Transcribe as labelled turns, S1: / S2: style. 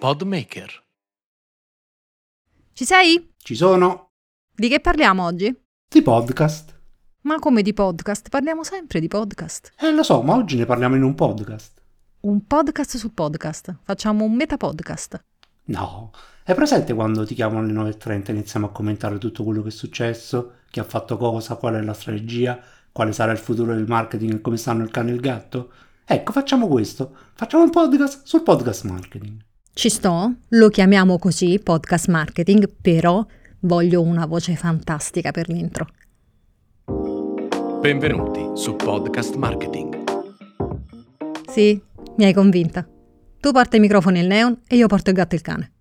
S1: Podmaker.
S2: Ci sei?
S3: Ci sono
S2: Di che parliamo oggi?
S3: di podcast.
S2: Ma come di podcast? Parliamo sempre di podcast.
S3: Eh, lo so, ma oggi ne parliamo in un podcast.
S2: Un podcast su podcast. Facciamo un metapodcast.
S3: No. È presente quando ti chiamano alle 9.30 e iniziamo a commentare tutto quello che è successo, chi ha fatto cosa, qual è la strategia, quale sarà il futuro del marketing e come stanno il cane e il gatto? Ecco, facciamo questo. Facciamo un podcast sul podcast marketing.
S2: Ci sto, lo chiamiamo così, podcast marketing, però voglio una voce fantastica per l'intro.
S1: Benvenuti su Podcast Marketing.
S2: Sì, mi hai convinta. Tu porta i microfoni e il neon e io porto il gatto e il cane.